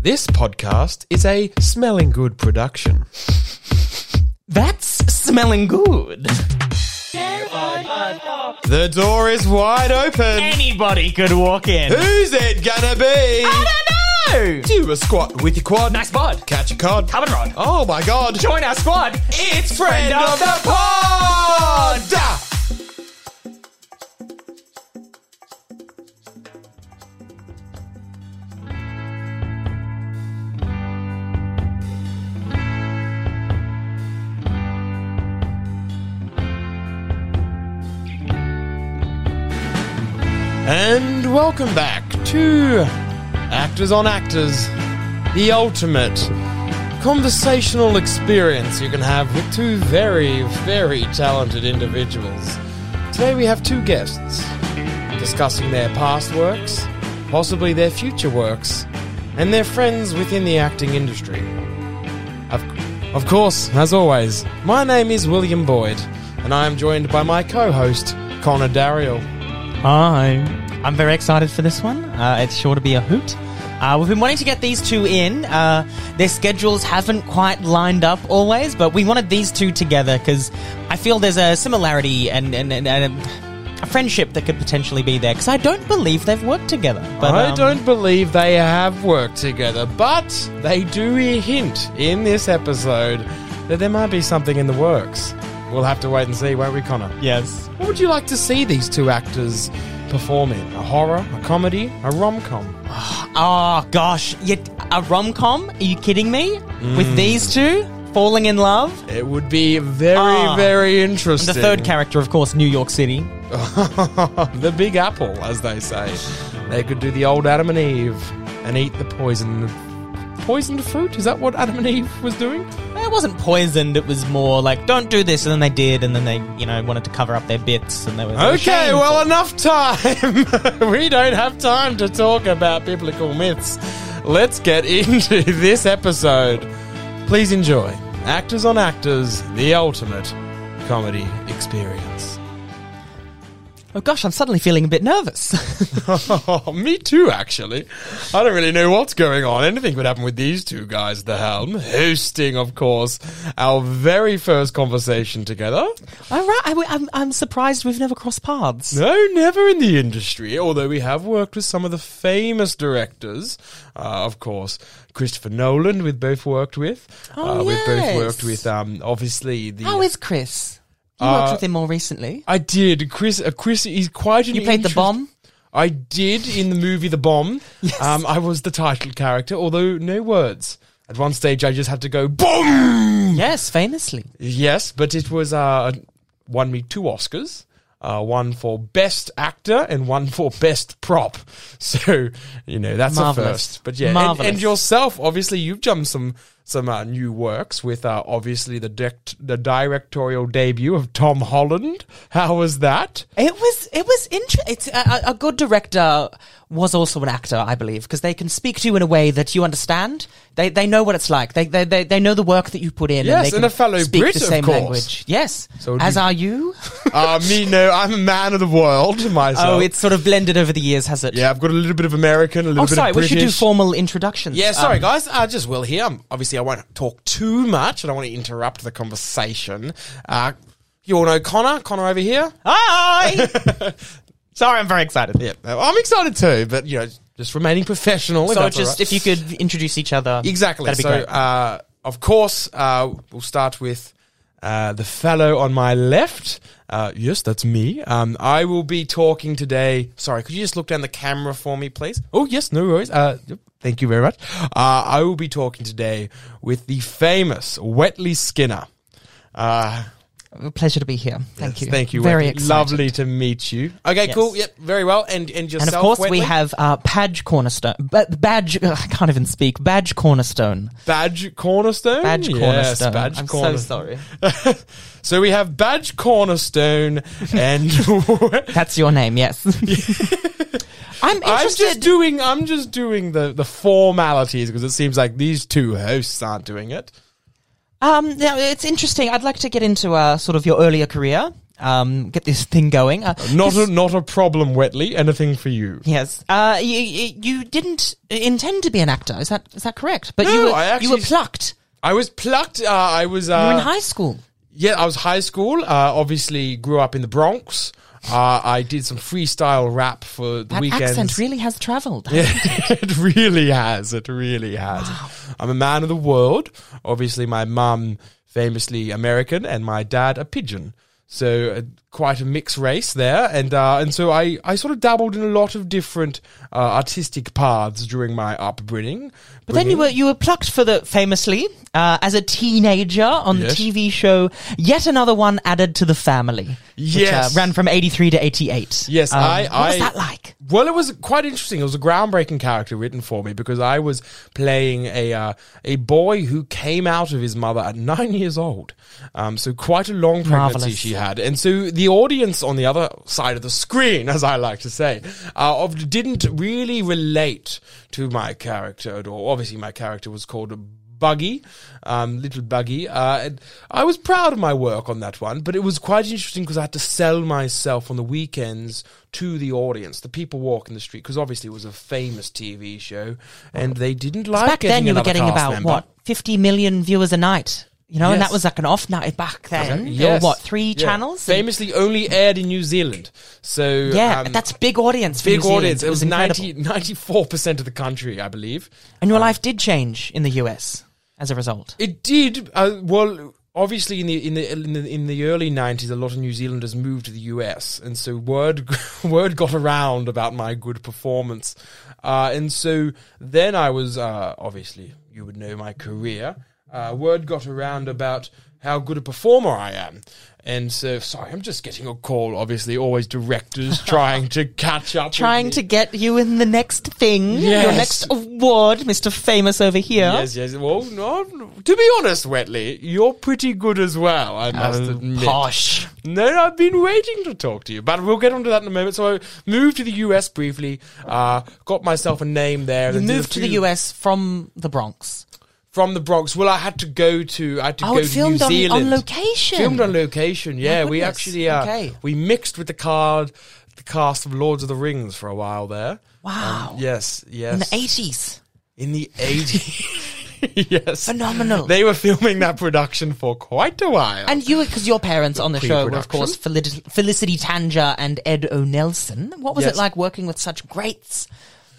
This podcast is a smelling good production. That's smelling good. The door is wide open. Anybody could walk in. Who's it gonna be? I don't know. Do a squat with your quad. Nice bod. Catch a cod. Carbon rod. Oh my god. Join our squad. It's friend of the pod. And welcome back to Actors on Actors, the ultimate conversational experience you can have with two very, very talented individuals. Today we have two guests discussing their past works, possibly their future works, and their friends within the acting industry. Of, of course, as always, my name is William Boyd, and I am joined by my co host, Connor Dario. Hi. I'm very excited for this one. Uh, it's sure to be a hoot. Uh, we've been wanting to get these two in. Uh, their schedules haven't quite lined up always, but we wanted these two together because I feel there's a similarity and, and, and, and a, a friendship that could potentially be there because I don't believe they've worked together. But I um, don't believe they have worked together, but they do hint in this episode that there might be something in the works. We'll have to wait and see, won't we, Connor? Yes. What would you like to see these two actors perform in? A horror, a comedy, a rom com? Oh gosh, yet a rom com? Are you kidding me? Mm. With these two falling in love, It would be very, Ah. very And interesting. the third character, of course, New York City. the Big Apple, as they say. They could do the old Adam and Eve and eat the poison. Poisoned fruit? Is that what Adam and Eve was doing? It wasn't poisoned. It was more like, don't do this, and then they did, and then they, you know, wanted to cover up their bits, and they were they were Okay, shameful. well, enough time. we don't have time to talk about biblical myths. Let's get into this episode. Please enjoy Actors on Actors, the ultimate comedy experience. oh gosh, I'm suddenly feeling a bit nervous. Me too, actually. I don't really know what's going on. Anything could happen with these two guys at the helm, hosting, of course, our very first conversation together. All right, I, am I'm surprised we've never crossed paths. No, never in the industry. Although we have worked with some of the famous directors, uh, of course, Christopher Nolan. We've both worked with. Oh, uh, We've both yes. worked with. Um, obviously the. How is Chris? You Uh, worked with him more recently. I did. Chris. Uh, Chris is quite an. You played the interest- bomb. I did in the movie The Bomb. Um, I was the title character, although no words. At one stage, I just had to go boom. Yes, famously. Yes, but it was uh, won me two Oscars. Uh, one for best actor and one for best prop. So you know that's a Marvelous. first. But yeah, and, Marvelous. and yourself, obviously, you've done some some uh, new works with uh, obviously the direct, the directorial debut of Tom Holland. How was that? It was it was interesting. A, a- a good director was also an actor, I believe, because they can speak to you in a way that you understand. They they know what it's like. They they they, they know the work that you put in. Yes, and, they and can a fellow speak Brit, the of same course. language. Yes, So do as you- are you. uh, me, no, I'm a man of the world myself. oh, it's sort of blended over the years, has it? yeah. I've got a little bit of American, a little Oh, bit sorry. of We British. should do formal introductions. Yeah, sorry Um, guys. Uh, just Will here. Um, obviously, I won't talk too much. I don't want to interrupt the conversation. Uh, you all know Connor. Connor over here. Hi. sorry, I'm very excited. Yeah, uh, I'm excited too, but you know, just remaining professional. if So that's all just right. if you could introduce each other. exactly. That'd be so, great. Uh, of course, uh, we'll start with uh, the fellow on my left. Uh, yes, that's me. Um, I will be talking today. Sorry, could you just look down the camera for me, please? Oh, yes, no worries. Uh, yep, thank you very much. Uh, I will be talking today with the famous Wetley Skinner. Uh, A pleasure to be here. Thank you. Thank you. Very Wetley. excited. Lovely to meet you. Okay, Yes. cool. Yep, very well. And and yourself. And of course, Wetley? we have uh, Padge Cornerstone. Ba- badge, I can't even speak. Badge Cornerstone. Badge Cornerstone. Badge Mm, Yes, Cornerstone. Badge I'm so Cornerstone. sorry. So we have Badge Cornerstone, and That's your name, yes. I'm I'm interested. just doing I'm just doing the the formalities because it seems like these two hosts aren't doing it. um, now, it's interesting. I'd like to get into uh, sort of your earlier career. um, get this thing going. Uh, Not this- a, not a problem, Wetley. Anything for you? Yes. Uh, you, you didn't intend to be an actor. Is that is that correct? But you No, were, I you were actually- plucked. I was plucked. Uh, I was. You were in Uh, high school. yeah, I was high school. Uh, obviously, grew up in the Bronx. Uh, I did some freestyle rap for the That weekends. accent really has travelled. it really has. It really has. I'm a man of the world. Obviously, my mum famously American, and my dad a pigeon. So uh, quite a mixed race there, and uh, and so I, I sort of dabbled in a lot of different uh, artistic paths during my upbringing. But then you were you were plucked for the famously uh, as a teenager on Yes. the TV show. Yet another one added to the family. Yes. which, uh, ran from eighty three to eighty eight. Yes, I- What was I- that like? Well, it was quite interesting. It was a groundbreaking character written for me because I was playing a uh, a boy who came out of his mother at nine years old. Um, so quite a long pregnancy Marvelous. she had, and so the audience on the other side of the screen, as I like to say, uh, of, didn't really relate to my character at all. Obviously, my character was called. Buggy, um, little buggy. Uh, and I was proud of my work on that one, but it was quite interesting because I had to sell myself on the weekends to the audience, the people walking the street, because obviously it was a famous TV show, and they didn't like. Back getting then, you were another getting cast about member. what fifty million viewers a night. You know, and Yes. that was like an off night back then. Exactly. There were, Yes. what three Yeah. channels? Famously, only aired in New Zealand. So yeah, um, that's big audience. For big New Zealand. audience. It was incredible. 94 percent of the country, I believe. And your life did change in the US as a result. It did. Uh, well, obviously, in the in the in the, in the early nineties, a lot of New Zealanders moved to the US, and so word word got around about my good performance, uh, and so then I was uh, obviously you would know my career. Uh, word got around about how good a performer I am. And so, sorry, I'm just getting a call. Obviously, always directors trying to catch up. with Trying me. to get you in the next thing, your Yes. next award, Mr. Famous over here. Yes, yes. Well, no. To be honest, Wetley, you're pretty good as well. I must admit. Posh. No, I've been waiting to talk to you, but we'll get onto that in a moment. So I moved to the US briefly, uh, got myself a name there. You and then did a moved to the few- US from the Bronx. from the Bronx. Well, I had to go to I had to Oh, go it to New filmed on, Zealand. on location. Filmed on location. Yeah, we goodness, actually uh, okay. we mixed with the card the cast of Lords of the Rings for a while there. Wow. Yes, Um, yes. In the 80s. In the 80s. yes. Phenomenal. They were filming that production for quite a while. and you, because your parents on the show were, of Pre-production. course, Felicity, Felicity Tanger and Ed O'Nelson. What was Yes. it like working with such greats?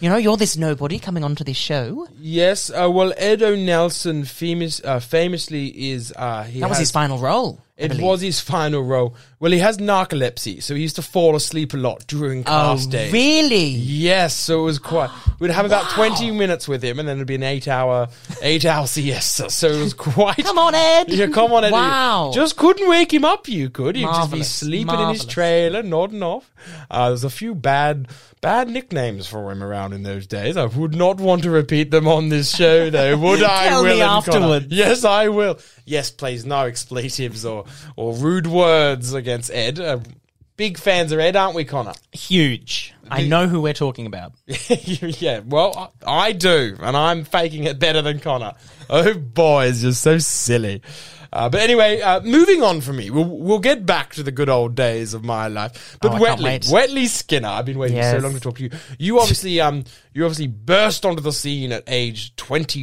You know, you're this nobody coming onto this show. yes, uh, well, Ed O'Nelson famous, uh, famously is. Uh, he That was has- his final role. I It believe. was his final role. Well, he has narcolepsy, so he used to fall asleep a lot during Oh, cast days. really? Yes, so it was quite. We'd have about twenty minutes with him, and then it'd be an eight-hour, eight-hour siesta. So it was quite. Come on, Ed. Yeah, come on, Eddie. Wow. Just couldn't wake him up, you could. He'd just be Marvellous, sleeping in marvellous. his trailer, nodding off. Uh, there's a few bad bad nicknames for him around in those days. I would not want to repeat them on this show, though, would I? Tell me Will and Connor? afterwards. Yes, I will. Yes, please, no expletives or, or rude words against Ed. Uh, big fans of Ed, aren't we, Connor? huge. I know who we're talking about. yeah, well, I I do, and I'm faking it better than Connor. Oh boy, it's just so silly. Uh, but anyway, uh, moving on from me, we'll, we'll get back to the good old days of my life. But Oh, I can't Wetley, wait. Wetley Skinner, I've been waiting so Yes. long to talk to you. You obviously, um, you obviously burst onto the scene at age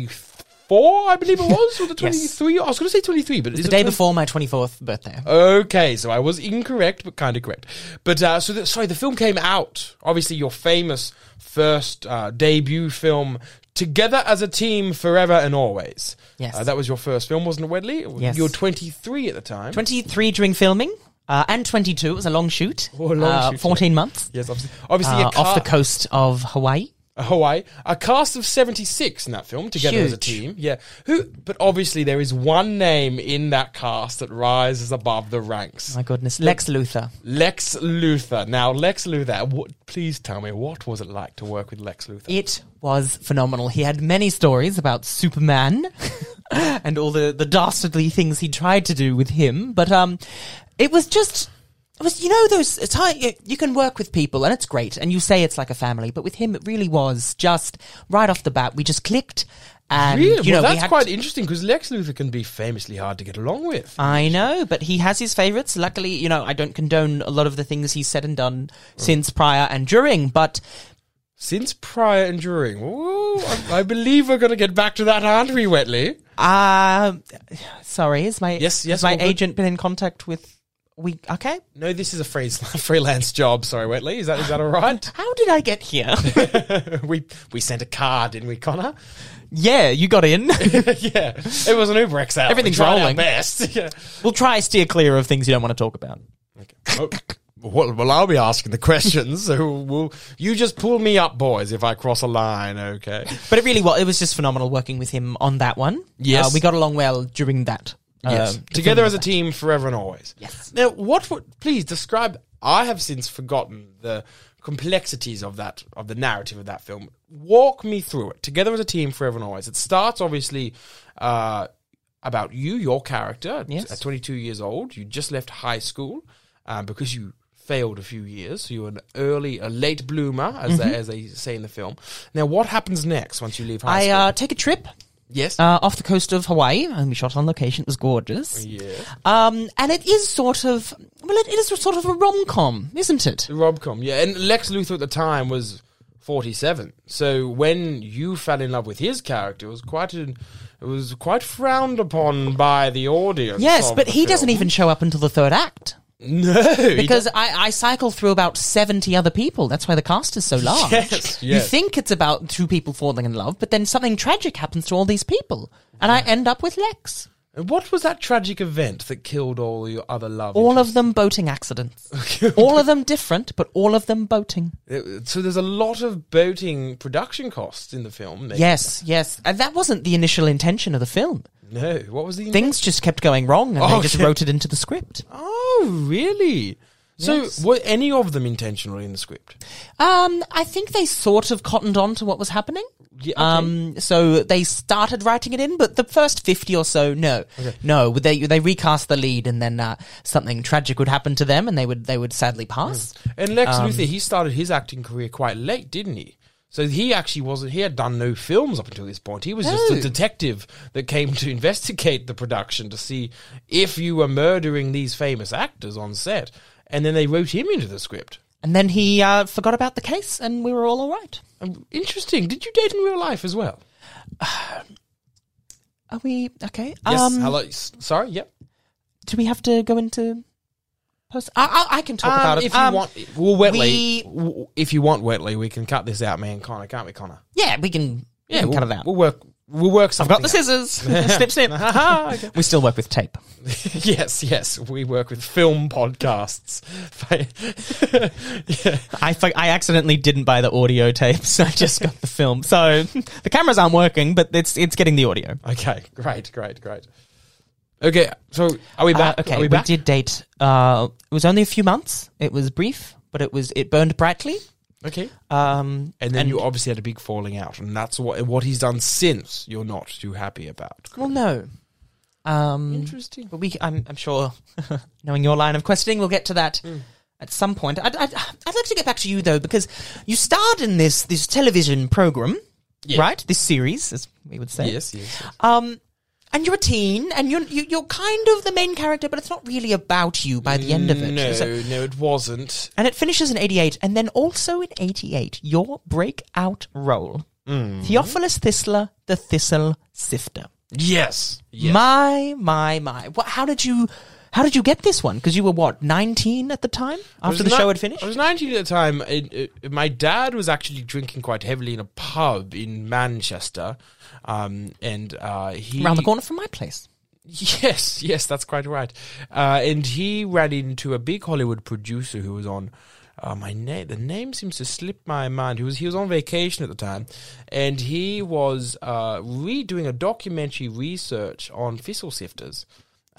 24, I believe it was, or the 23. I was going to say 23, but it's The day before my 24th birthday. Okay, so I was incorrect, but kind of correct. But uh, so, the, sorry, the film came out. Obviously, your famous first uh, debut film, "Together as a Team, Forever and Always." Yes. uh, that was your first film, wasn't it, Wedley? Yes. you were 23 at the time. 23 during filming uh, and 22. It was a long shoot. Oh, a long Uh, shoot, yeah. 14 months. Yes, obviously, obviously Uh, a off ca- the coast of Hawaii. Hawaii, a cast of 76 in that film, together as a Huge. team. Yeah, who? But obviously, there is one name in that cast that rises above the ranks. My goodness. Lex Luthor. Lex Luthor. Now, Lex Luthor, what, please tell me, what was it like to work with Lex Luthor? It was phenomenal. He had many stories about Superman and all the, the dastardly things he tried to do with him. But um, it was just. It was, you know, those it's hard, you, you can work with people and it's great, and you say it's like a family, but with him it really was just right off the bat we just clicked, And Really? you know, well, we that's had quite interesting because Lex Luthor can be famously hard to get along with. I know, but he has his favorites. Luckily, you know, I don't condone a lot of the things he's said and done Mm. since prior and during, but Since prior and during. Ooh, I, I believe we're going to get back to that, aren't we, Wetley? uh sorry, is my Yes, yes, has my all good. agent been in contact with we okay? No, this is a freelance, freelance job. Sorry, Wetley. Is that is that all right? How did I get here? we we sent a car, didn't we, Connor? yeah, you got in. yeah, it was an Uber XL. Everything's We tried our rolling. best. Yeah. we'll try steer clear of things you don't want to talk about. Oh, well, well, I'll be asking the questions. So we'll, you just pull me up, boys, if I cross a line, okay? But it really was it was just phenomenal working with him on that one. Yes. Uh, we got along well during that. um, Together as a team, forever and always. Yes. Now, what would, please describe, I have since forgotten the complexities of that, of the narrative of that film. Walk me through it. Together as a team, forever and always. It starts, obviously, uh, about you, your character, at- Yes. at 22 years old. You just left high school um, because you failed a few years. So you're an early, a late bloomer, as, Mm-hmm. they, as they say in the film. Now, what happens next once you leave high I school? uh, take a trip yes. uh, off the coast of Hawaii, and we shot on location. It was gorgeous. yeah. Um, and it is sort of well, it, it is sort of a rom com, isn't it? The Robcom, yeah. And Lex Luthor at the time was 47. So when you fell in love with his character, it was quite an, it was quite frowned upon by the audience. Yes, of but the he film. doesn't even show up until the third act No, he because I, I cycle through about seventy other people. That's why the cast is so large. Yes, You yes. think it's about two people falling in love, but then something tragic happens to all these people, and I end up with Lex. doesn't. What was that tragic event that killed all your other love? All of them boating accidents. all of them different, but all of them boating. interest- so there's a lot of boating production costs in the film. Nick. Yes, yes. And that wasn't the initial intention of the film. No, what was the Things just kept going wrong, and Oh, they just yeah. wrote it into the script. Oh, really? So Yes. were any of them intentional in the script? Um, I think they sort of cottoned on to what was happening. Yeah, okay. Um, so they started writing it in, but the first fifty or so, no, no, they they recast the lead, and then uh, something tragic would happen to them, and they would they would sadly pass. And Lex Um, Luthor, he started his acting career quite late, didn't he? So he actually wasn't. He had done no films up until this point. He was just a No. detective that came to investigate the production to see if you were murdering these famous actors on set. And then they wrote him into the script. And then he uh, forgot about the case, and we were all all right. Um, Interesting. Did you date in real life as well? Are we okay? Yes. um, hello. s- Sorry. Yep. do we have to go into post? I, I, I can talk Um, about it if you Um, want, well, Wetley. we- w- if you want Wetley, we can cut this out, man, Connor, can't we, Connor? Yeah, we can. Yeah, we can we'll, cut it out. We'll work. We'll work something. Got the scissors. snip, snip. We still work with tape. Yes, yes, we work with film podcasts. yeah. I, fu- I accidentally didn't buy the audio tapes. I just got the film. So the cameras aren't working, but it's it's getting the audio. Okay, great, great, great. Okay, so are we back? Uh, okay, are we back? did date. Uh, it was only a few months. It was brief, but it was it burned brightly. okay, Um, and then you obviously had a big falling out, and that's what what he's done since. You're not too happy about. well, no. Um, Interesting. but we, I'm, I'm sure, knowing your line of questioning, we'll get to that Hmm. at some point. I'd, I'd, I'd like to get back to you though, because you starred in this this television program, Yeah. right? This series, as we would say. Yes, yes. yes. Um, and you're a teen, and you're you, you're kind of the main character, but it's not really about you by the end of it. No, So- no, it wasn't. and it finishes in '88, and then also in '88, your breakout role, Hmm. Theophilus Thistler, the Thistle Sifter. Yes, yes. My, my, my! What, how did you? How did you get this one? Because you were what, 19 at the time I after the was ni- show had finished. I was 19 at the time. It, it- my dad was actually drinking quite heavily in a pub in Manchester, um, and uh, he Around the corner from my place. Yes, yes, that's quite right. Uh, and he ran into a big Hollywood producer who was on. Uh, my name, the name seems to slip my mind. He was he was on vacation at the time, and he was uh, redoing a documentary research on thistle sifters.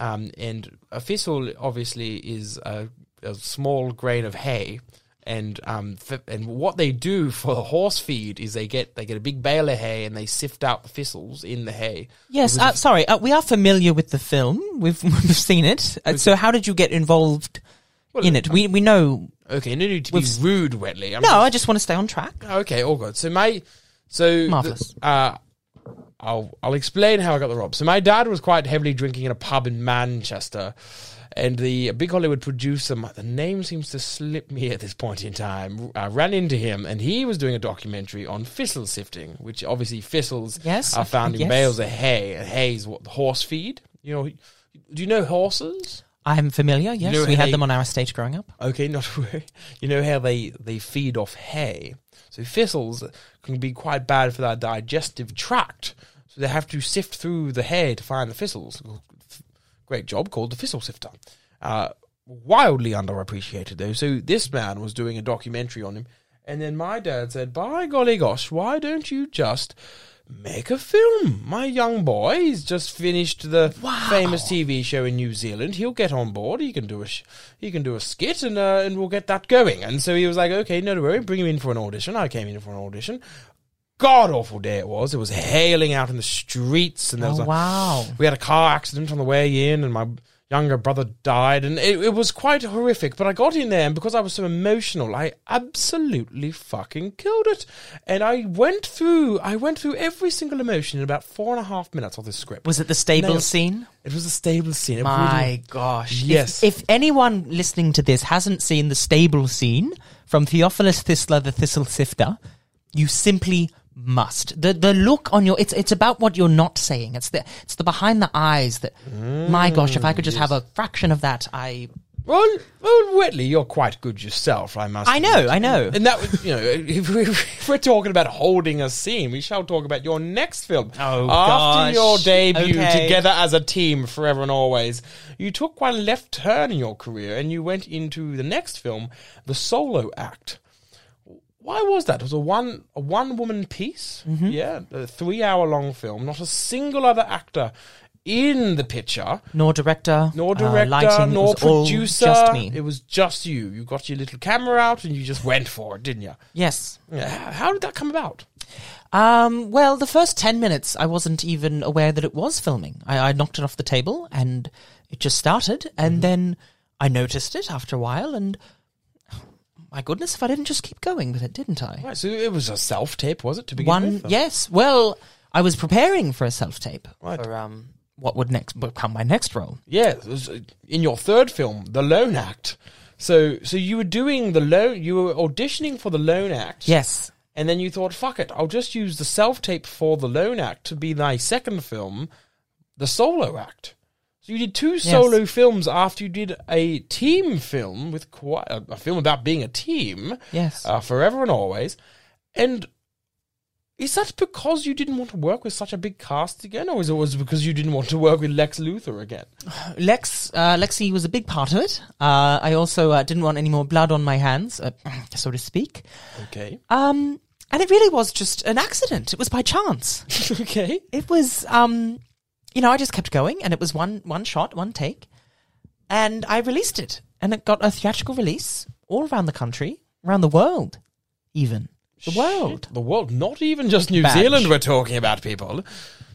Um, and a thistle obviously is a, a small grain of hay, and um, f- and what they do for the horse feed is they get they get a big bale of hay and they sift out the thistles in the hay. Yes, uh, sorry, uh, we are familiar with the film. We've, we've seen it. Uh, so, how did you get involved in it? We we know Okay, no need to be rude, Wetley. I'm oh, No, I just want to stay on track. Okay, all good. So my so Marvellous. th- uh, I'll I'll explain how I got the rob. So my dad was quite heavily drinking in a pub in Manchester, and the big Hollywood producer, my- the name seems to slip me at this point in time, uh, ran into him, and he was doing a documentary on thistle sifting, which obviously thistles Yes, are found in yes. bales of hay. And hay is what the horse feed. You know, do you know horses? I'm familiar. Yes, know we they- had them on our estate growing up. Okay, not to worry. You know how they, they feed off hay. So thistles can be quite bad for their digestive tract. So they have to sift through the hay to find the thistles. Great job called the thistle sifter. Uh, wildly underappreciated though. So this man was doing a documentary on him, and then my dad said, "By golly gosh, why don't you just?" Make a film. My young boy, he's just finished the famous TV show in New Zealand. He'll get on board. He can do a sh- he can do a skit, and uh, and we'll get that going. And so he was like, okay, no worry, bring him in for an audition. I came in for an audition. God awful day it was. It was hailing out in the streets, and there was Oh, a, wow. we had a car accident on the way in, and my younger brother died, and it, it was quite horrific. But I got in there, and because I was so emotional, I absolutely fucking killed it. And I went through, I went through every single emotion in about four and a half minutes of this script. Was it the stable No. scene? it was a stable scene. It really- My gosh. If- Yes. If, anyone listening to this hasn't seen the stable scene from Theophilus Thistler, the Thistle Sifter, you simply must. The the look on your it's it's about what you're not saying. It's the it's the behind the eyes that Mm, my gosh, if I could just have a fraction of that, I well, well, Whitley, you're quite good yourself. I must. I know, I know. And that was, you know, if, we, if we're talking about holding a scene, we shall talk about your next film. Oh, After gosh. your debut Okay. together as a team, forever and always, you took quite a left turn in your career and you went into the next film, The Solo Act. Why was that? It was a one a one woman piece, Mm-hmm. yeah, a three hour long film. Not a single other actor in the picture Nor director, nor uh, director, lighting, it nor was all producer. just me. It was just you. You got your little camera out and you just went for it, didn't you? yes. Yeah. How did that come about? Um, well, the first 10 minutes, I wasn't even aware that it was filming. I, I knocked it off the table and it just started. And Mm-hmm. then I noticed it after a while. And oh, my goodness, if I didn't just keep going with it, didn't I? Right, so it was a self tape, was it? To begin One, with, Or- yes. Well, I was preparing for a self tape Right. for um, what would next become my next role. yeah. It was uh, in your third film, The Lone Act. So, so you were doing the lone. You were auditioning for the Lone Act. Yes. And then you thought, fuck it, I'll just use the self tape for the Lone Act to be thy second film, the solo act. So you did two solo films after you did a team film with quite a, a film about being a team, Yes. uh, forever and always. And is that because you didn't want to work with such a big cast again, or is it was it because you didn't want to work with Lex Luthor again? Lex, uh, Lexi was a big part of it. Uh, I also uh, didn't want any more blood on my hands, uh, so to speak. Okay, Um, and it really was just an accident. It was by chance. okay. It was, um, you know, I just kept going, and it was one one shot, one take, and I released it, and it got a theatrical release all around the country, around the world, even the world. Shit, the world, not even just New Badge. Zealand. We're talking about people.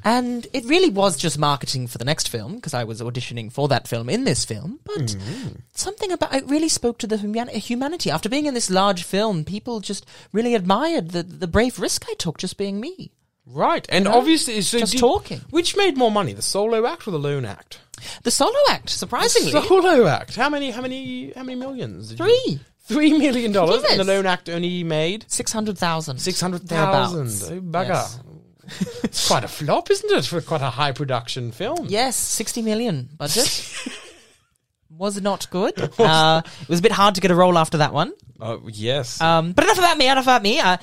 And it really was just marketing for the next film because I was auditioning for that film in this film. But something about it really spoke to the human- humanity. After being in this large film, people just really admired the the brave risk I took, just being me. Right, and obviously, so just did- talking. Which made more money, the solo act or the lone act? The solo act, surprisingly. Solo act. How many? How many? How many millions? did you- Three. Three million dollars, and the Yes. lone act only made 600,000. six hundred thousand. Thereabouts. Oh bugger! Yes. it's quite a flop, isn't it, for quite a high production film? Yes, 60 million budget. was not good. Uh, it was a bit hard to get a role after that one. Oh yes. Um, but enough about me, enough about me. Uh,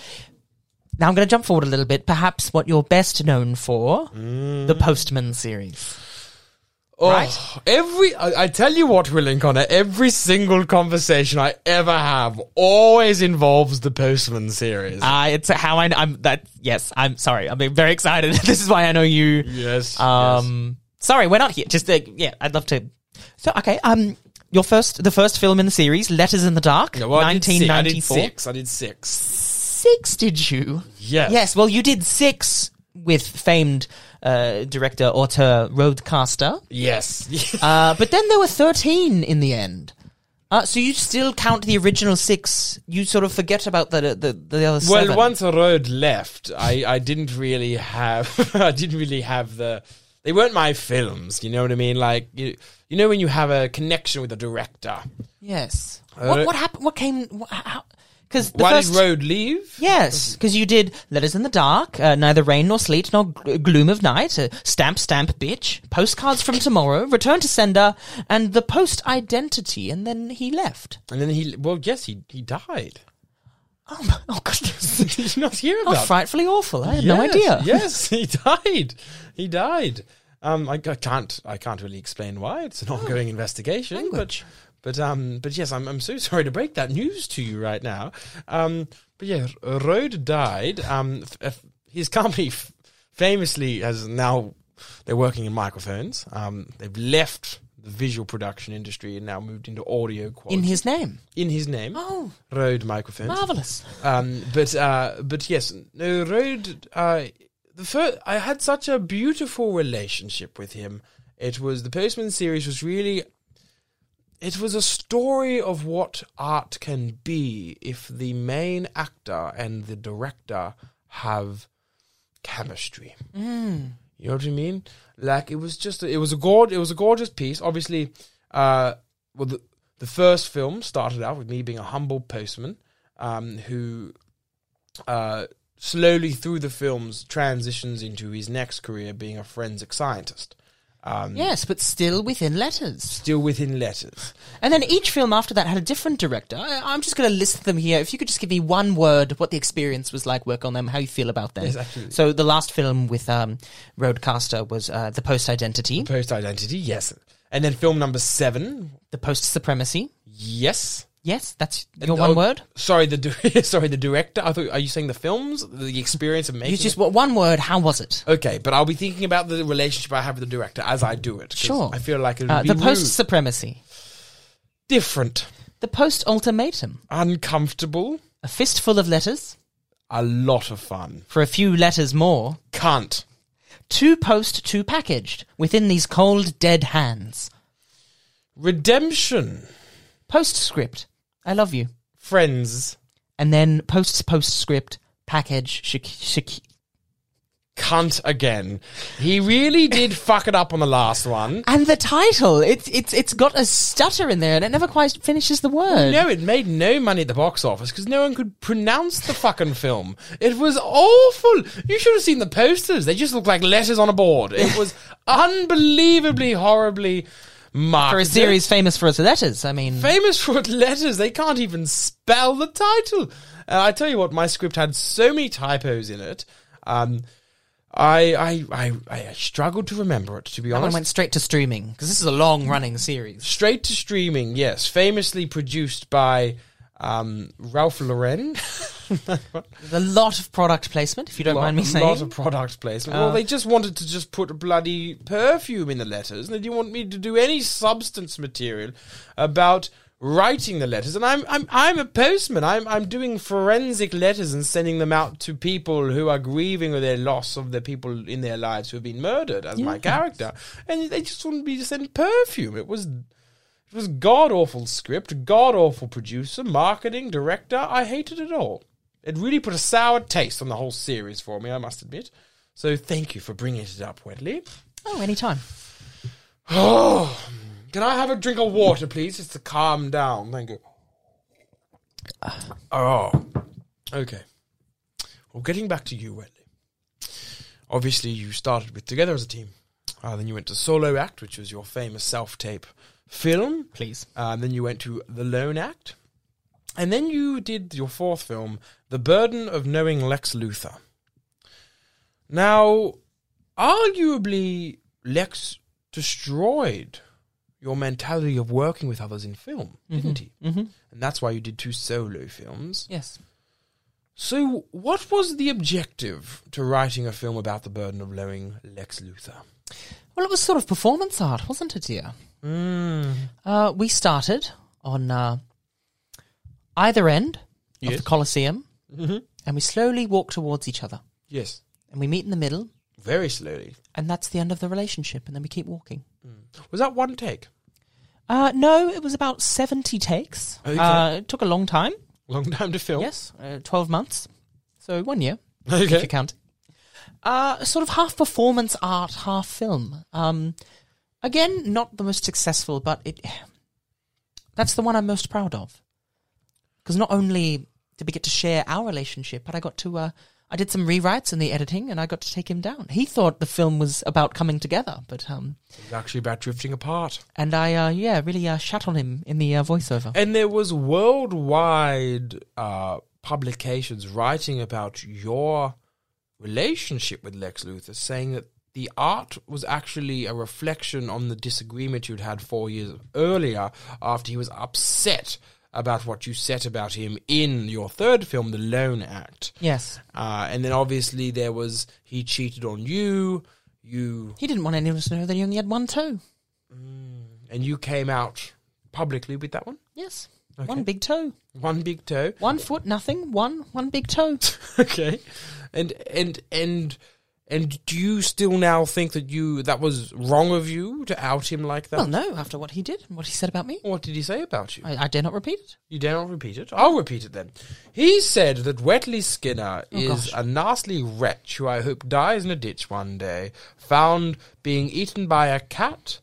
now I'm going to jump forward a little bit. Perhaps what you're best known for, Mm. the Postman series. Oh, right. Every I, I tell you what, Will and Connor, every single conversation I ever have always involves the Postman series. Uh, it's how I, I'm that. Yes, I'm sorry. I'm very excited. this is why I know you. yes. yes. Um, sorry, we're not here. Just uh, yeah, I'd love to. So okay, um, your first, the first film in the series, Letters in the Dark, Yeah, well, I did nineteen si- I ninety did four. six. I did six. Six, did you? Yes. Yes. Well, you did six with famed uh, director Otto Roadcaster, Yes. uh, but then there were thirteen in the end. Uh, so you still count the original six. You sort of forget about the the, the other Well, seven. once a road left, I, I didn't really have I didn't really have the they weren't my films. You know what I mean? Like you, you know when you have a connection with a director. Yes. Uh, what what happened? What came? Because the Why first. did road leave? Yes, because you did Letters in the Dark, uh, Neither Rain Nor Sleet, Nor gl- Gloom of Night, uh, Stamp Stamp Bitch, Postcards from Tomorrow, Return to Sender, and The Post Identity, and then he left. And then he well, yes, he he died. Oh, my, oh goodness. Did you not hear Oh, about? that? frightfully awful. I had no Yes, idea. Yes, he died. He died. Um, I, I can't. I can't really explain why. It's an ongoing investigation. Oh, language. But, but um, but yes, I'm I'm so sorry to break that news to you right now. Um, but yeah, R- Rode died. Um, f- f- his company f- famously has now they're working in microphones. Um, they've left the visual production industry and now moved into audio quality In his name. in his name, Oh, Rode Microphones. marvelous. Um, but uh, but yes, no road. Uh, the first, I had such a beautiful relationship with him. It was the Postman series was really. It was a story of what art can be if the main actor and the director have chemistry. You know what I mean? Like it was just it was a gorge, it was a gorgeous piece. Obviously, uh, well the the first film started out with me being a humble postman um, who uh, slowly through the films transitions into his next career being a forensic scientist. Um, Yes, but still within letters. Still within letters. And then each film after that had a different director. I, I'm just going to list them here. If you could just give me one word, what the experience was like, work on them, how you feel about them. Yes, absolutely. So the last film with um, Roadcaster was uh, The Post Identity, Post identity, yes. And then film number seven, The Post Supremacy. yes. Yes, that's your one one word. Sorry, the di- sorry the director. I thought, are you saying the films, the experience of making? You it? just what one word. How was it? Okay, but I'll be thinking about the relationship I have with the director as I do it. 'cause Sure. I feel like it would Uh, be the Post rude. Supremacy, different, The Post Ultimatum, uncomfortable, A Fistful of Letters a lot of fun. for a few letters more. Can't. Two post, two packaged within these cold, dead hands. Redemption. Postscript. I love you. Friends. and then posts postscript package shik- shik- Cunt again. He really did fuck it up on the last one. and the title it's it's it's got a stutter in there and it never quite finishes the word No, it made no money at the box office because no one could pronounce the fucking film. It was awful. You should have seen the posters. They just looked like letters on a board. It was unbelievably, horribly marked. for a series famous for its letters i mean famous for its letters. They can't even spell the title. Uh, I tell you what, my script had so many typos in it. Um, I, I I I struggled to remember it. To be I honest, went straight to streaming because this is a long running series straight to streaming. Yes, famously produced by um, Ralph Lauren. there's a lot of product placement if you don't mind me saying Uh. A lot of product placement. well, they just wanted to just put a bloody perfume in the letters, and they didn't want me to do any substance material about writing the letters. And I'm I'm I'm a postman. I'm I'm doing forensic letters and sending them out to people who are grieving or their loss of the people in their lives who have been murdered, as my character. And they just wanted me to send perfume. It was. It was god awful script, god awful producer, marketing, director. I hated it all. It really put a sour taste on the whole series for me, I must admit. So thank you for bringing it up, Wedley. oh anytime Oh, can I have a drink of water, please, just to calm down? Thank you. Oh, okay. Well, getting back to you, Wedley. Obviously, you started with Together as a Team. Uh, then you went to Solo Act, which was your famous self-tape film. please Um, then you went to The Lone Act. And then you did your fourth film, The Burden of Knowing Lex Luthor. Now, arguably, Lex destroyed your mentality of working with others in film, didn't he? mm-hmm. And that's why you did two solo films. yes So, what was the objective to writing a film about the burden of knowing Lex Luthor? well it was sort of performance art wasn't it dear Hmm. uh, we started on uh, either end of Yes. the coliseum Mm-hmm. and we slowly walk towards each other Yes, and we meet in the middle very slowly. and that's the end of the relationship and then we keep walking Was that one take? Uh, no, it was about 70 takes. Okay. Uh, it took a long time. Long time to film. Yes, uh, 12 months. So one year, if Okay. you count. Uh, sort of half performance art, half film. Um, again, not the most successful, but it that's the one I'm most proud of. Because not only did we get to share our relationship, but I got to uh, I did some rewrites in the editing, and I got to take him down. He thought the film was about coming together, but um, It's actually about drifting apart. and I uh, yeah really uh, shat on him in the uh, voiceover. And there was worldwide uh, publications writing about your relationship with Lex Luthor, saying that the art was actually a reflection on the disagreement you'd had four years earlier after he was upset about what you said about him in your third film, The Lone Act. Yes, Uh, and then obviously there was he cheated on you, you he didn't want anyone to know that he only had one toe. and you came out publicly with that one. Yes, one big toe. One big toe. One foot, nothing. One, one big toe. okay. And and and and do you still now think that you that was wrong of you to out him like that? well, no, after what he did and what he said about me, What did he say about you? I, I dare not repeat it. You dare not repeat it? I'll repeat it then. He said that Wetley Skinner is Oh, gosh. a nasty wretch who I hope dies in a ditch one day, found being eaten by a cat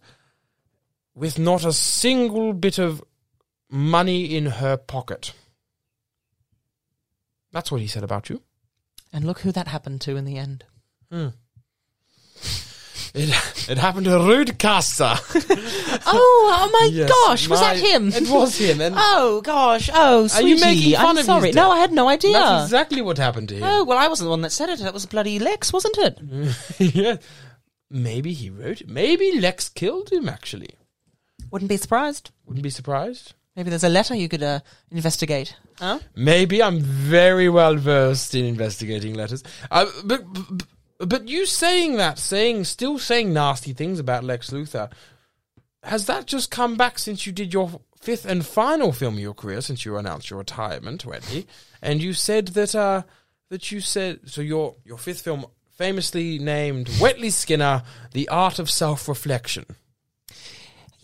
with not a single bit of money in her pocket. That's what he said about you. And look who that happened to in the end. It, it happened to Rude Casa. oh, oh my Yes, gosh, was my- that him? It was him. And Oh gosh, oh Are sweetie, you making fun I'm of his sorry. death? No, I had no idea. that's exactly what happened to him. Oh well, I wasn't the one that said it. That was bloody Lex, wasn't it? Mm-hmm. yeah. Maybe he wrote it. Maybe Lex killed him, actually. Wouldn't be surprised. Wouldn't be surprised. Maybe there's a letter you could uh, investigate. Huh? Maybe I'm very well versed in investigating letters. Uh, but, but but you saying that, saying still saying nasty things about Lex Luthor, has that just come back since you did your fifth and final film of your career, since you announced your retirement, Wendy? And you said that uh that you said so your your fifth film famously named Wetley Skinner, The Art of Self Reflection.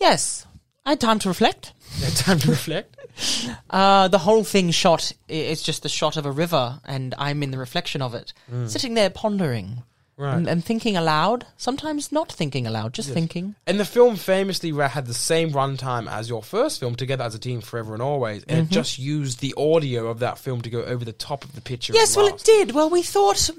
Yes, I had time to reflect. Time to reflect. Uh, the whole thing shot, i- it's just the shot of a river, and I'm in the reflection of it, sitting there pondering Right. and, and thinking aloud, sometimes not thinking aloud, just thinking. And the film famously ra- had the same runtime as your first film, Together as a Team Forever and Always, Mm-hmm. and it just used the audio of that film to go over the top of the picture. at Yes, well, it last. did. Well, we thought,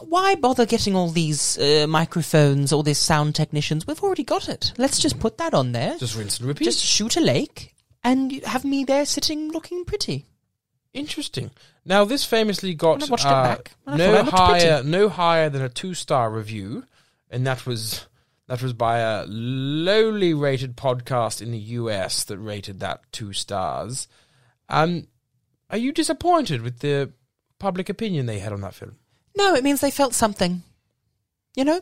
why bother getting all these uh, microphones, all these sound technicians? We've already got it. Let's just put that on there. Just, Just rinse and repeat. shoot a lake and you- have me there sitting looking pretty. Interesting. Now, this famously And I got watched it uh, back, and I thought I no looked higher, no higher than a two-star review, and that was that was by a lowly rated podcast in the US that rated that two stars. Um, are you disappointed with the public opinion they had on that film? No, it means they felt something. You know?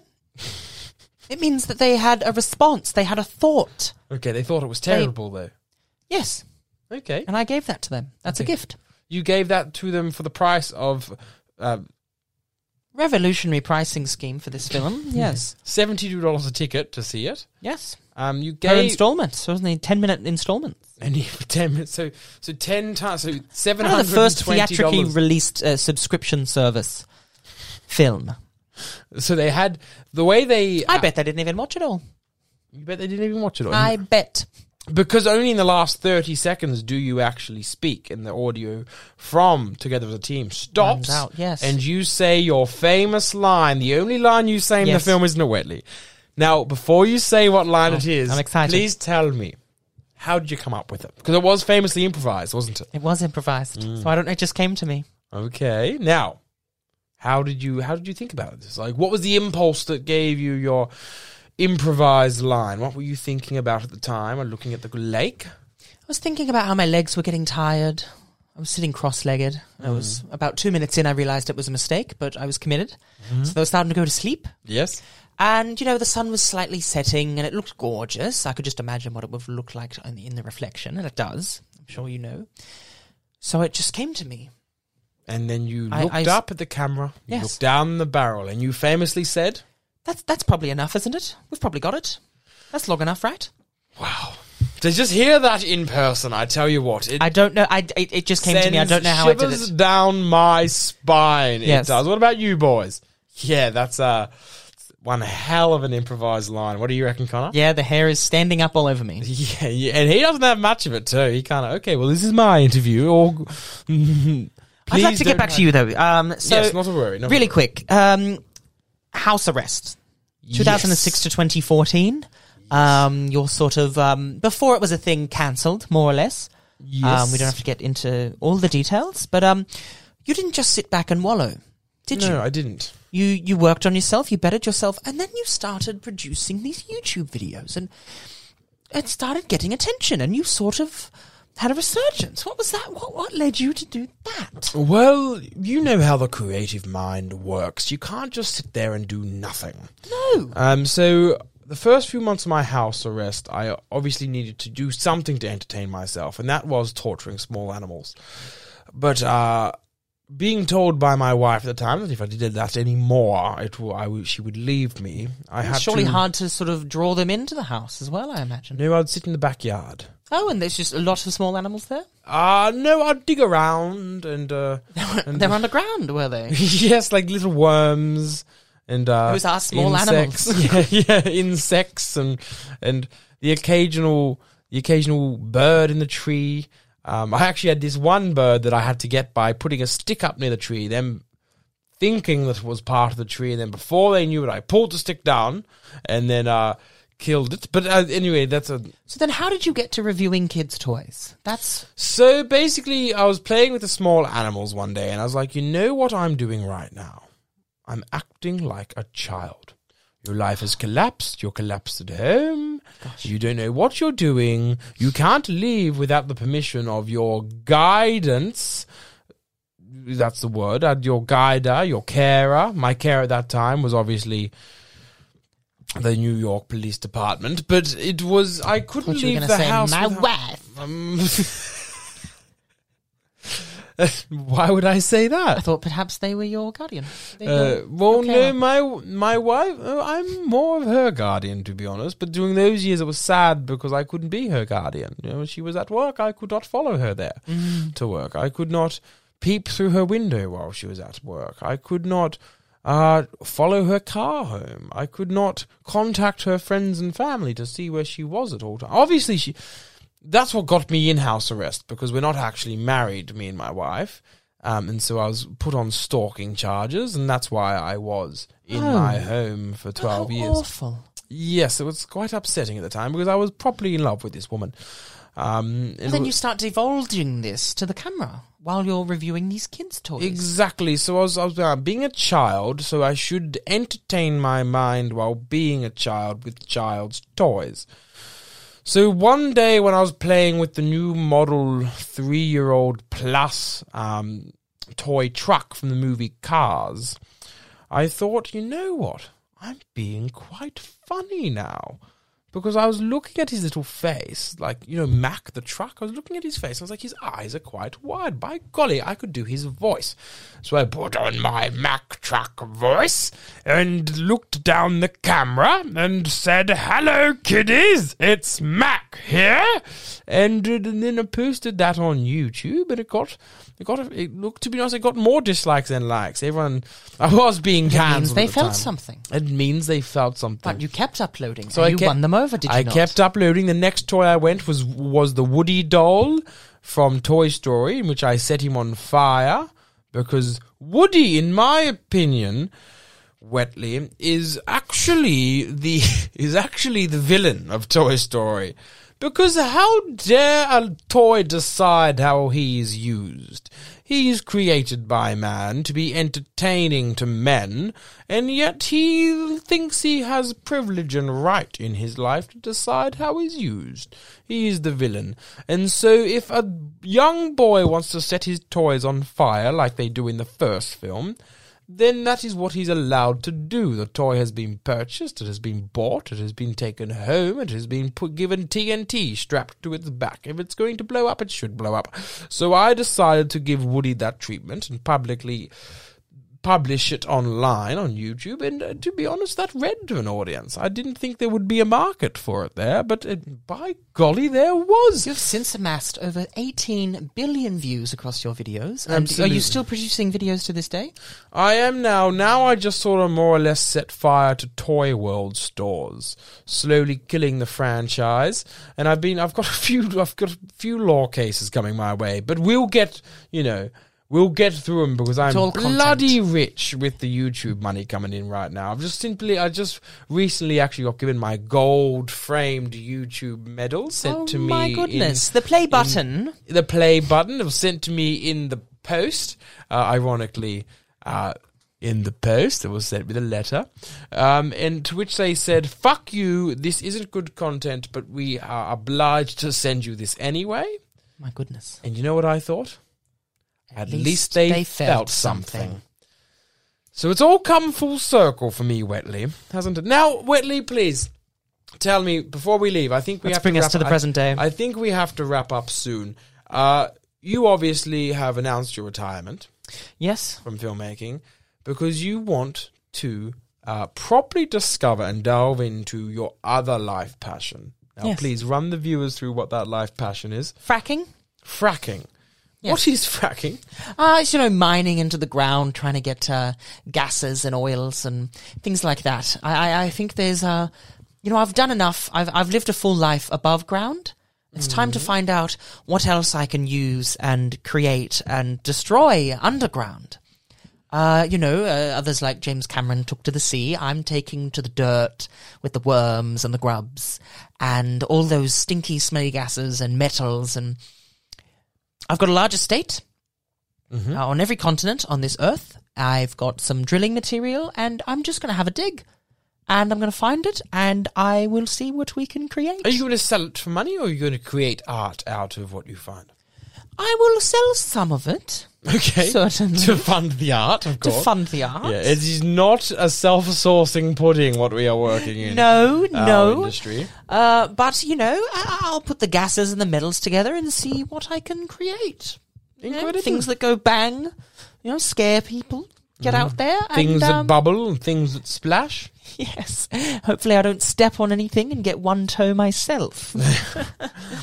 it means that they had a response, they had a thought. Okay, they thought it was terrible though. Yes. Okay. and I gave that to them. That's a Okay. gift. You gave that to them for the price of uh, Revolutionary pricing scheme for this film. yes. $72 a ticket to see it. Hmm. Yes. Um, you Per gave installments, wasn't they? 10 minute installments. and you- 10 minutes. So, so 10 times. So One of the first theatrically $720. released uh, subscription service film. So they had the way they. I bet they didn't even watch it all. You bet they didn't even watch it all. I bet. because only in the last 30 seconds do you actually speak and the audio from together as a team stops Runs out, yes. and you say your famous line the only line you say in Yes. Oh, the film is Wetley. now before you say what line it is I'm excited. please tell me how did you come up with it because it was famously improvised wasn't it It was improvised. So I don't know, it just came to me. okay now how did you how did you think about this like what was the impulse that gave you your improvised line what were you thinking about at the time or looking at the lake I was thinking about how my legs were getting tired. I was sitting cross legged. I was about two minutes in, I realized it was a mistake, but I was committed. So I was starting to go to sleep. yes And you know, the sun was slightly setting, and it looked gorgeous. I could just imagine what it would look like in the, in the reflection, and it does. I'm sure you know. So it just came to me. And then you I- looked I s- up at the camera, you Yes. looked down the barrel, and you famously said, That's that's probably enough, isn't it? We've probably got it. That's long enough, right? Wow, To just hear that in person, I tell you what, it I don't know. I it, it just came sends to me. I don't know how I did shivers it. down my spine. Yes. It does. What about you boys? Yeah, that's uh, one hell of an improvised line. What do you reckon, Connor? Yeah, the hair is standing up all over me. Yeah, yeah, and he doesn't have much of it too. He kind of okay. Well, this is my interview. Or I'd like to get back to you though. Um, so yes, not to worry. Not to really worry. quick, um, house arrest, 2006 Yes. to 2014. Um, your sort of um, before it was a thing cancelled, more or less. Yes. Um, we don't have to get into all the details, but um, you didn't just sit back and wallow, did No, you? I didn't. You you worked on yourself, you bettered yourself, and then you started producing these YouTube videos, and it started getting attention, and you sort of had a resurgence. What was that? What what led you to do that? Well, you know how the creative mind works. You can't just sit there and do nothing. No. Um, so the first few months of my house arrest, I obviously needed to do something to entertain myself, and that was torturing small animals. But uh, being told by my wife at the time that if I did that anymore, it will, I would, she would leave me. I had It's surely to, hard to sort of draw them into the house as well, I imagine. No, I'd sit in the backyard. Oh, and there's just a lot of small animals there. Uh no, I'd dig around and uh, and They're underground, were they? yes, like little worms and uh, Those are small insects. yeah, yeah, insects and and the occasional the occasional bird in the tree. Um, I actually had this one bird that I had to get by putting a stick up near the tree, then thinking that it was part of the tree, and then before they knew it, I pulled the stick down and then uh, killed it. But uh, anyway, that's a So then, how did you get to reviewing kids' toys? That's so basically, I was playing with the small animals one day, and I was like, you know what I'm doing right now? I'm acting like a child. Your life has collapsed. You're collapsed at home. You don't know what you're doing. You can't leave without the permission of your guidance. That's the word. And your guider, your carer. My carer at that time was obviously the New York Police Department, but it was I couldn't what you were leave going the to say. house. My without- wife. um, why would I say I that? thought perhaps they were your guardian. They Uh, were- well, no, okay. my my wife. uh, I'm more of her guardian, to be honest. But during those years, it was sad because I couldn't be her guardian. You know, she was at work. I could not follow her there Mm. to work. I could not peep through her window while she was at work. I could not uh, follow her car home. I could not contact her friends and family to see where she was at all times. Obviously, she that's what got me in house arrest because we're not actually married, me and my wife. Um, and so I was put on stalking charges, and that's why I was in Oh. my home for 12 how years. awful. Yes, it was quite upsetting at the time because I was properly in love with this woman. Um, it And then wa- you start divulging this to the camera while you're reviewing these kids' toys. Exactly. So I was, I was uh, being a child, so I should entertain my mind while being a child with child's toys. So one day when I was playing with the new model three year old plus um, toy truck from the movie Cars, I thought, you know what? I'm being quite funny now. Because I was looking at his little face, like, you know, Mac the truck. I was looking at his face. I was like, his eyes are quite wide. By golly, I could do his voice. So I put on my Mac truck voice and looked down the camera and said, Hello, kiddies. It's Mac here. And, uh, then I posted that on YouTube and it got, it got, it looked, to be honest, it got more dislikes than likes. Everyone, I was being That means cancelled. they at the felt time. something. It means they felt something. But you kept uploading, So and I you kept- won them over, did you I not? kept uploading. The next toy I went was was the Woody doll from Toy Story, in which I set him on fire because Woody, in my opinion, Wetley is actually the is actually the villain of Toy Story. Because how dare a toy decide how he is used? He is created by man to be entertaining to men, and yet he thinks he has privilege and right in his life to decide how he's used. He is the villain. And so if a young boy wants to set his toys on fire like they do in the first film, then that is what he's allowed to do. The toy has been purchased, it has been bought, it has been taken home, it has been put, given TNT strapped to its back. If it's going to blow up, it should blow up. So I decided to give Woody that treatment and publicly publish it online on YouTube, and uh, to be honest, that read to an audience. I didn't think there would be a market for it there, but uh, by golly, there was. You've since amassed over 18 billion views across your videos. And are you And are Absolutely. you still still producing videos to this day? I am now. Now I just sort of more or less set fire to Toy World stores, slowly killing the franchise. And I've been, I've got a few, I've got a few law cases coming my way, but we'll get, you know, we'll get through them because I'm all content. bloody rich with the YouTube money coming in right now. I've just simply, I just recently actually got given my gold framed YouTube medal sent oh to me. my in- goodness. the play button. the play button. It was sent to me in the post. Uh, ironically, uh, in the post, it was sent with a letter, um, and to which they said, "Fuck you! This isn't good content, but we are obliged to send you this anyway." my goodness. And you know what I thought? At, least, they, felt, something. So it's all come full circle for me, Wetley, hasn't it? Now, Wetley, please tell me before we leave. I think we Let's have bring to us wrap- to the I- present day. I think we have to wrap up soon. Uh, you obviously have announced your retirement Yes. from filmmaking because you want to uh, properly discover and delve into your other life passion. Now, Yes. please run the viewers through what that life passion is. Fracking? Fracking. Yes. What is fracking? Uh, it's, you know, mining into the ground, trying to get uh, gases and oils and things like that. I, I, I think there's, uh, you know, I've done enough. I've, I've lived a full life above ground. It's time to find out what else I can use and create and destroy underground. Uh, you know, uh, others like James Cameron took to the sea. I'm taking to the dirt with the worms and the grubs and all those stinky, smelly gases and metals. And I've got a large estate Mm-hmm. uh, on every continent on this earth. I've got some drilling material and I'm just going to have a dig. And I'm going to find it and I will see what we can create. Are you going to sell it for money or are you going to create art out of what you find? I will sell some of it Okay. Certainly. To fund the art, of to course. fund the art. Yeah, it is not a self-sourcing pudding what we are working in. no, our no. industry. Uh, but, you know, I- I'll put the gases and the metals together and see what I can create. You know, Incredible. things that go bang, you know, scare people. Get out there and Mm-hmm. Things that um, bubble and things that splash. yes. Hopefully, I don't step on anything and get one toe myself.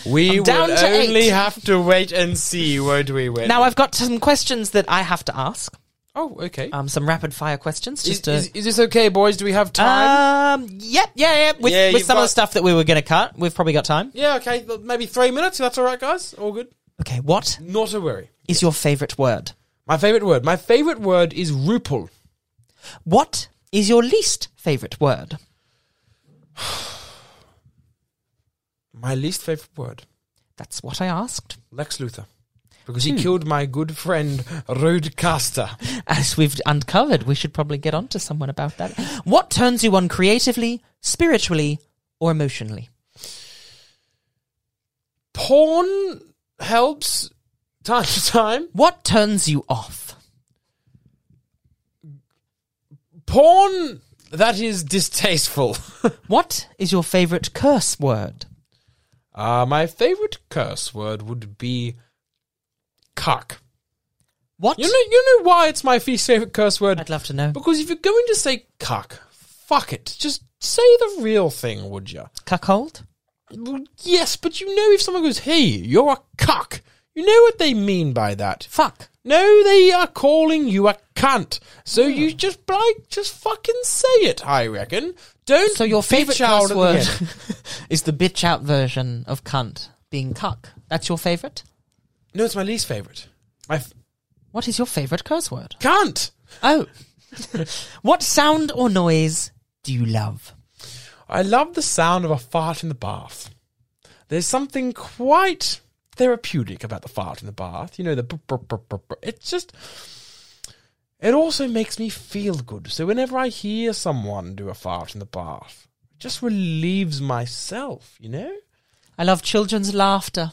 We I'm down will to eight. only have to wait and see, won't we? Wait. Now I've got some questions that I have to ask. oh, okay. Um, some rapid fire questions. is, Just is, to, is this okay, boys? Do we have time? um, yep, yeah, yeah. With, Yeah, with you've some of the got- stuff that we were going to cut, we've probably got time. yeah, okay. th- Maybe three minutes. That's all right, guys. All good. Okay, what Not a worry. is your favorite word? My favorite word. My favorite word is rupal. What is your least favorite word? My least favorite word. That's what I asked. Lex Luthor. Because Hmm. he killed my good friend, Roadcaster. As we've uncovered, we should probably get on to someone about that. What turns you on creatively, spiritually, or emotionally? Porn helps time to time. What turns you off? Porn that is distasteful. What is your favorite curse word? uh, my favorite curse word would be cuck. What? You know, you know why it's my fe- favorite curse word? I'd love to know. Because if you're going to say cuck, fuck it. Just say the real thing, would you? Cuckold? Well, yes, but you know if someone goes, "Hey, you're a cuck," you know what they mean by that. Fuck. No, they are calling you a cunt. So Hmm. you just like just fucking say it. I reckon. Don't. So your favorite bitch out at curse the word end. is the bitch out version of cunt being cuck. That's your favorite. No, it's my least favorite. My f- What is your favorite curse word? cunt. Oh, what sound or noise do you love? I love the sound of a fart in the bath. There's something quite therapeutic about the fart in the bath. You know, the. brr, brr, brr, brr, brr. It's just. It also makes me feel good. So whenever I hear someone do a fart in the bath, it just relieves myself, you know? I love children's laughter.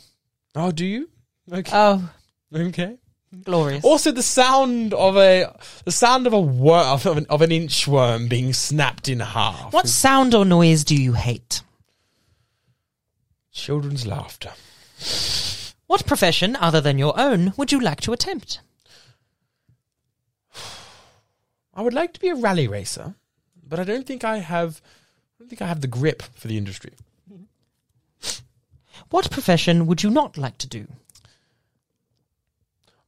Oh, do you? Okay. Oh, okay. glorious! Also, the sound of a the sound of a wor- of an, of an inchworm being snapped in half. What sound or noise do you hate? Children's laughter. What profession other than your own would you like to attempt? I would like to be a rally racer, but I don't think I have. I don't think I have the grip for the industry. What profession would you not like to do?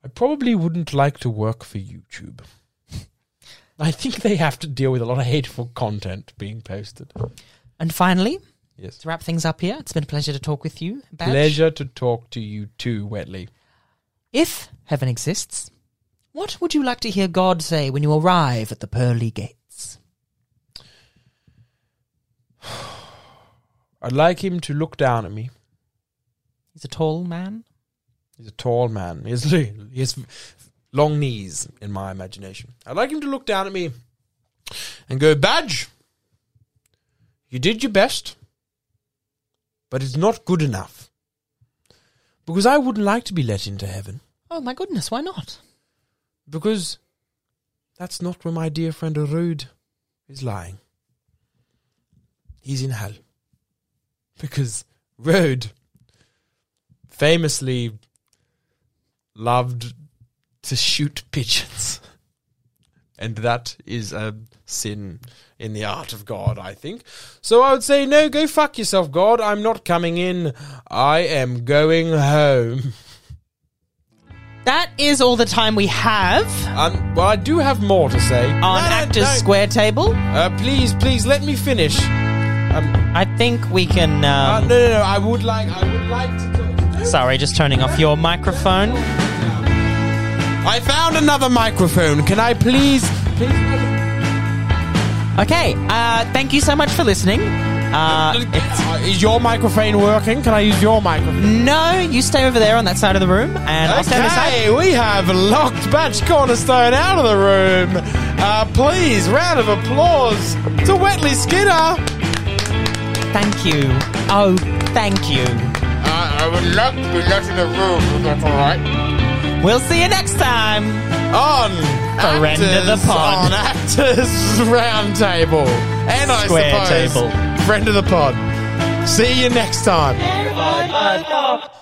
I probably wouldn't like to work for YouTube. I think they have to deal with a lot of hateful content being posted. And finally, Yes. to wrap things up here, it's been a pleasure to talk with you. Badge. Pleasure to talk to you too, Wetley. If heaven exists, what would you like to hear God say when you arrive at the pearly gates? I'd like him to look down at me. He's a tall man. He's a tall man. He has, he has long knees in my imagination. I'd like him to look down at me and go, Badge, you did your best, but it's not good enough. Because I wouldn't like to be let into heaven. Oh my goodness, why not? Because that's not where my dear friend Arud is lying. He's in hell. Because Rode famously loved to shoot pigeons. And that is a sin in the art of God, I think. So I would say, no, go fuck yourself, God. I'm not coming in. I am going home. That is all the time we have Um, well, I do have more to say. on No, no, Actors no. Square Table. Uh, please, please let me finish. Um, I think we can. uh, Um, no, no, no. I would like, I would like to. Talk. Sorry, just turning off your microphone. I found another microphone. Can I please, please? Okay, uh, thank you so much for listening. Uh, it's- Uh, is your microphone working? Can I use your microphone? no, you stay over there on that side of the room, and I'll stand aside. Okay, we have locked Batch Cornerstone out of the room. Uh, please, round of applause to Wetley Skinner. Uh, Thank you. Oh, thank you. I, I would love to be left in the room if that's alright. We'll see you next time. on Friend of the Actors pod. on Actors Roundtable and I Square suppose table. Friend of the Pod. See you next time. Bye, bye, bye.